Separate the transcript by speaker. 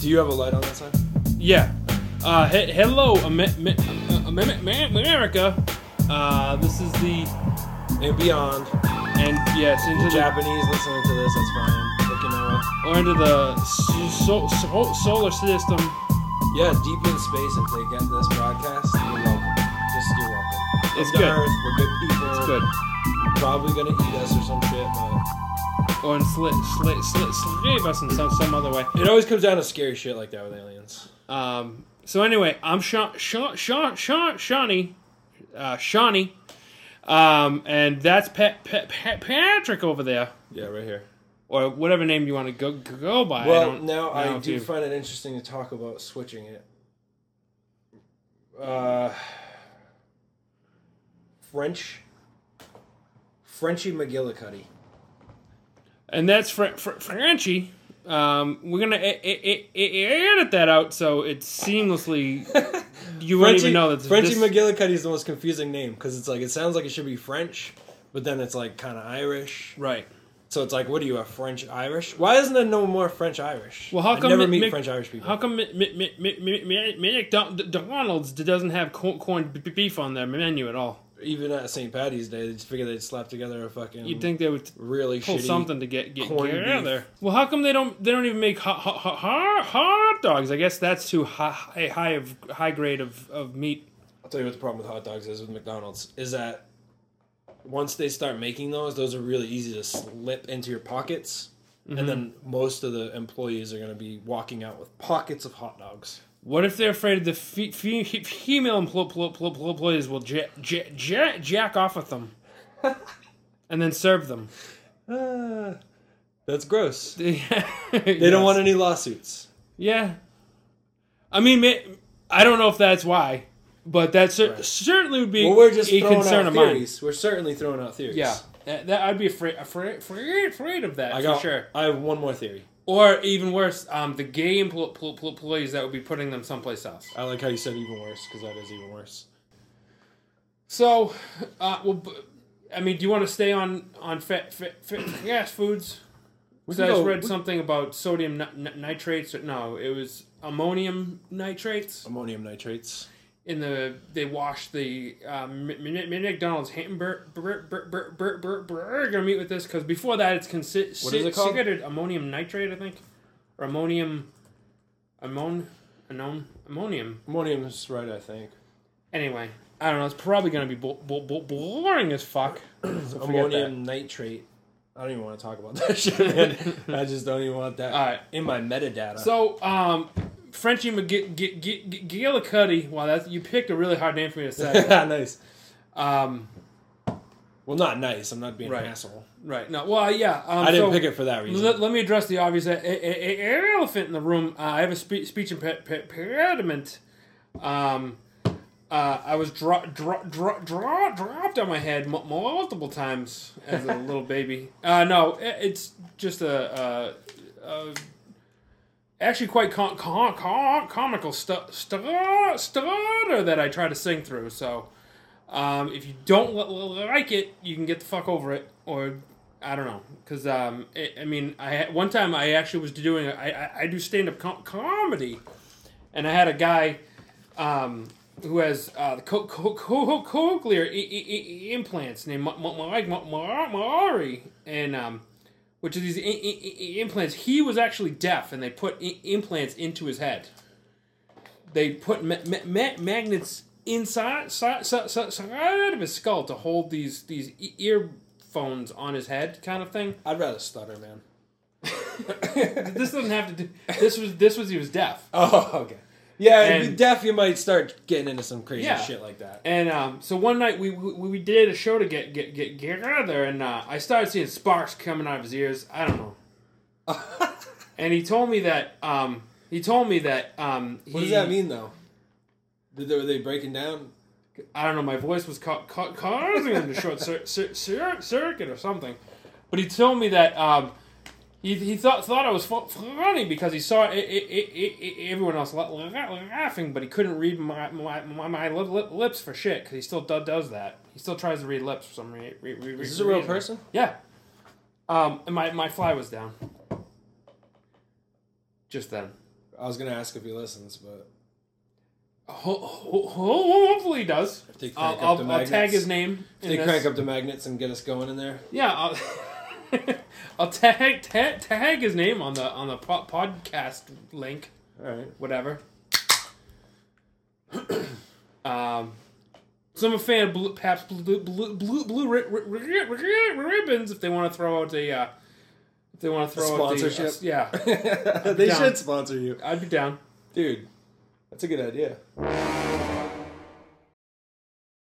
Speaker 1: you have a light on that side?
Speaker 2: Yeah. Uh, he- hello, Am- Am- Am- Am- America. Uh, this is the
Speaker 1: And beyond,
Speaker 2: and yes into
Speaker 1: the
Speaker 2: the
Speaker 1: Japanese listening to this, that's fine. Okinawa.
Speaker 2: or into the so- so- solar system.
Speaker 1: Yeah, deep in space, if they get this broadcast, you're welcome. Just you're welcome. Come
Speaker 2: It's
Speaker 1: to
Speaker 2: good.
Speaker 1: Earth, we're good people.
Speaker 2: It's good.
Speaker 1: Probably gonna eat us or some shit, but
Speaker 2: Or in slit slit slit slave us in some some other way.
Speaker 1: it always comes down to scary shit like that with aliens.
Speaker 2: Um. So anyway, I'm Sean Sean Sean Sean Shawnee, uh, Shawnee, um, and that's Pat, Pat, Pat Patrick over there,
Speaker 1: Yeah, right here.
Speaker 2: or whatever name you want to go go by. I
Speaker 1: Well,
Speaker 2: don't
Speaker 1: now
Speaker 2: know
Speaker 1: I
Speaker 2: if
Speaker 1: do
Speaker 2: you-
Speaker 1: find it interesting to talk about switching it. Uh, French. Frenchie McGillicuddy.
Speaker 2: and that's Fr- Fr- Frenchie. Um, we're gonna e- e- e- e- edit that out so it's seamlessly. You wouldn't
Speaker 1: Frenchie,
Speaker 2: even know that's
Speaker 1: Frenchie
Speaker 2: this-
Speaker 1: McGillicuddy is the most confusing name because it's like it sounds like it should be French, but then it's like kind of Irish.
Speaker 2: Right.
Speaker 1: So it's like, what are you, a French Irish? Why isn't there no more French Irish?
Speaker 2: Well, how
Speaker 1: I
Speaker 2: come
Speaker 1: never
Speaker 2: Mick-
Speaker 1: meet
Speaker 2: Mick-
Speaker 1: French Irish people?
Speaker 2: How come Mi- Mi- Mi- Mi- Mi- Mi- Mick Don- Donald's doesn't have corn, corn b- b- beef on their menu at all?
Speaker 1: Even at St. Patty's Day, they just figured they'd slap together a fucking
Speaker 2: You'd think they would
Speaker 1: really
Speaker 2: pull
Speaker 1: shitty
Speaker 2: something to get get,
Speaker 1: corned
Speaker 2: get
Speaker 1: beef.
Speaker 2: out of there. Well, how come they don't they don't even make hot, hot, hot, hot, hot dogs? I guess that's too high high, high of high grade of, of meat.
Speaker 1: I'll tell you what the problem with hot dogs is with McDonald's is that once they start making those, those are really easy to slip into your pockets,
Speaker 2: Mm-hmm.
Speaker 1: and then most of the employees are going to be walking out with pockets of hot dogs.
Speaker 2: What if they're afraid the fe- fe- fe- female empl- pl- pl- pl- employees will ja- ja- ja- jack off with them? and then serve them.
Speaker 1: Ah, that's gross. They
Speaker 2: they
Speaker 1: don't want any lawsuits.
Speaker 2: Yeah. I mean, ma- I don't know if that's why, but that cer-
Speaker 1: Right.
Speaker 2: certainly would be
Speaker 1: Well, we're just
Speaker 2: a
Speaker 1: throwing
Speaker 2: concern
Speaker 1: out
Speaker 2: of mine.
Speaker 1: theories. We're certainly throwing out theories.
Speaker 2: Yeah, that, that- I'd be afraid, afraid, afraid, afraid of that
Speaker 1: I
Speaker 2: for
Speaker 1: got.
Speaker 2: sure.
Speaker 1: I have one more theory.
Speaker 2: Or even worse, um, the gay empl- pl- pl- employees that would be putting them someplace else.
Speaker 1: I like how you said even worse because that is even worse.
Speaker 2: So, uh, well, b- I mean, do you want to stay on on fat, fat, fat fast foods?
Speaker 1: We
Speaker 2: So I
Speaker 1: can
Speaker 2: just
Speaker 1: go-
Speaker 2: read
Speaker 1: we-
Speaker 2: something about sodium ni- ni- nitrates. Or, no, it was ammonium nitrates.
Speaker 1: Ammonium nitrates.
Speaker 2: in the they washed the um, Mi- Mi- Mi- McDonald's hamburger bur- bur- bur- bur- bur- burger meat with this because before that it's considered
Speaker 1: What is it called?
Speaker 2: ammonium nitrate I think or ammonium ammon ammon ammonium
Speaker 1: Ammonium's right, I think.
Speaker 2: anyway I don't know it's probably gonna be bo- bo- bo- boring as fuck so forget that.
Speaker 1: ammonium nitrate. I don't even want to talk about that shit, man. I just don't even want that
Speaker 2: All right.
Speaker 1: in my metadata.
Speaker 2: so um Frenchie McGillicuddy wow that's you picked a really hard name for me to say
Speaker 1: nice.
Speaker 2: um
Speaker 1: Well, not nice. I'm not being
Speaker 2: Right.
Speaker 1: an asshole.
Speaker 2: right no well yeah um,
Speaker 1: I didn't
Speaker 2: so-
Speaker 1: pick it for that reason.
Speaker 2: Let, let me address the obvious e- e- e- elephant in the room. Uh, I have a spe- speech imped- pe- impediment. Um, uh, I was dro- dro- dro- dro- dropped on my head m- multiple times as a little baby. Uh, no, i- it's just a, uh uh actually quite con- con- con- comical stu- stu- stutter that I try to sing through. So um, if you don't li- li- like it, you can get the fuck over it, or I don't know, because um, it, I mean, I had- one time I actually was doing I I, I do stand up com- comedy, and I had a guy um, who has uh, the co- co- co- cochlear I- I- I- implants named Ma- Ma- Mike Ma- Ma- Maury, and um, which are these I- I- I- implants. He was actually deaf, and they put I- implants into his head. They put ma- ma- ma- magnets inside si- si- si- side of his skull to hold these these e- earphones on his head, kind of thing.
Speaker 1: I'd rather stutter, man.
Speaker 2: This doesn't have to do. This was this was he was deaf.
Speaker 1: Oh, okay. Yeah, if you're
Speaker 2: And-
Speaker 1: deaf, you might start getting into some crazy
Speaker 2: Yeah.
Speaker 1: shit like that.
Speaker 2: And um, so one night we, we we did a show to get get get get together, and uh, I started seeing sparks coming out of his ears. I don't know. and he told me that um, he told me that um, he,
Speaker 1: What does that mean, though? Did they, were they breaking down?
Speaker 2: I don't know. My voice was ca- ca- causing him to short cir- cir- cir- circuit or something. But he told me that um, he, he thought thought I was fu- funny because he saw e, i i i i e, everyone else la- la- laughing, but he couldn't read my my, my, my lip, lip, lips for shit because he still do- does that. He still tries to read lips for some re- re- re-
Speaker 1: Is this a real
Speaker 2: reason.
Speaker 1: person?
Speaker 2: Yeah. Um, and my my fly was down. Just then.
Speaker 1: I was gonna ask if he listens, but
Speaker 2: Ho- ho- ho- hopefully he does.
Speaker 1: if they
Speaker 2: I'll,
Speaker 1: crank up the
Speaker 2: I'll, I'll
Speaker 1: magnets,
Speaker 2: tag his name.
Speaker 1: if
Speaker 2: in
Speaker 1: they
Speaker 2: this.
Speaker 1: crank up the magnets and get us going in there.
Speaker 2: Yeah, I'll, I'll tag, tag tag his name on the on the po- podcast link,
Speaker 1: All right.
Speaker 2: whatever. um, so I'm a fan of blue, perhaps blue blue blue, blue ri- ri- ri- ri- ribbons if they want to throw out a. Uh, if they want to throw out the- uh,
Speaker 1: sponsorship?
Speaker 2: yeah,
Speaker 1: they
Speaker 2: down.
Speaker 1: should sponsor you,
Speaker 2: I'd be down.
Speaker 1: dude. That's a good idea.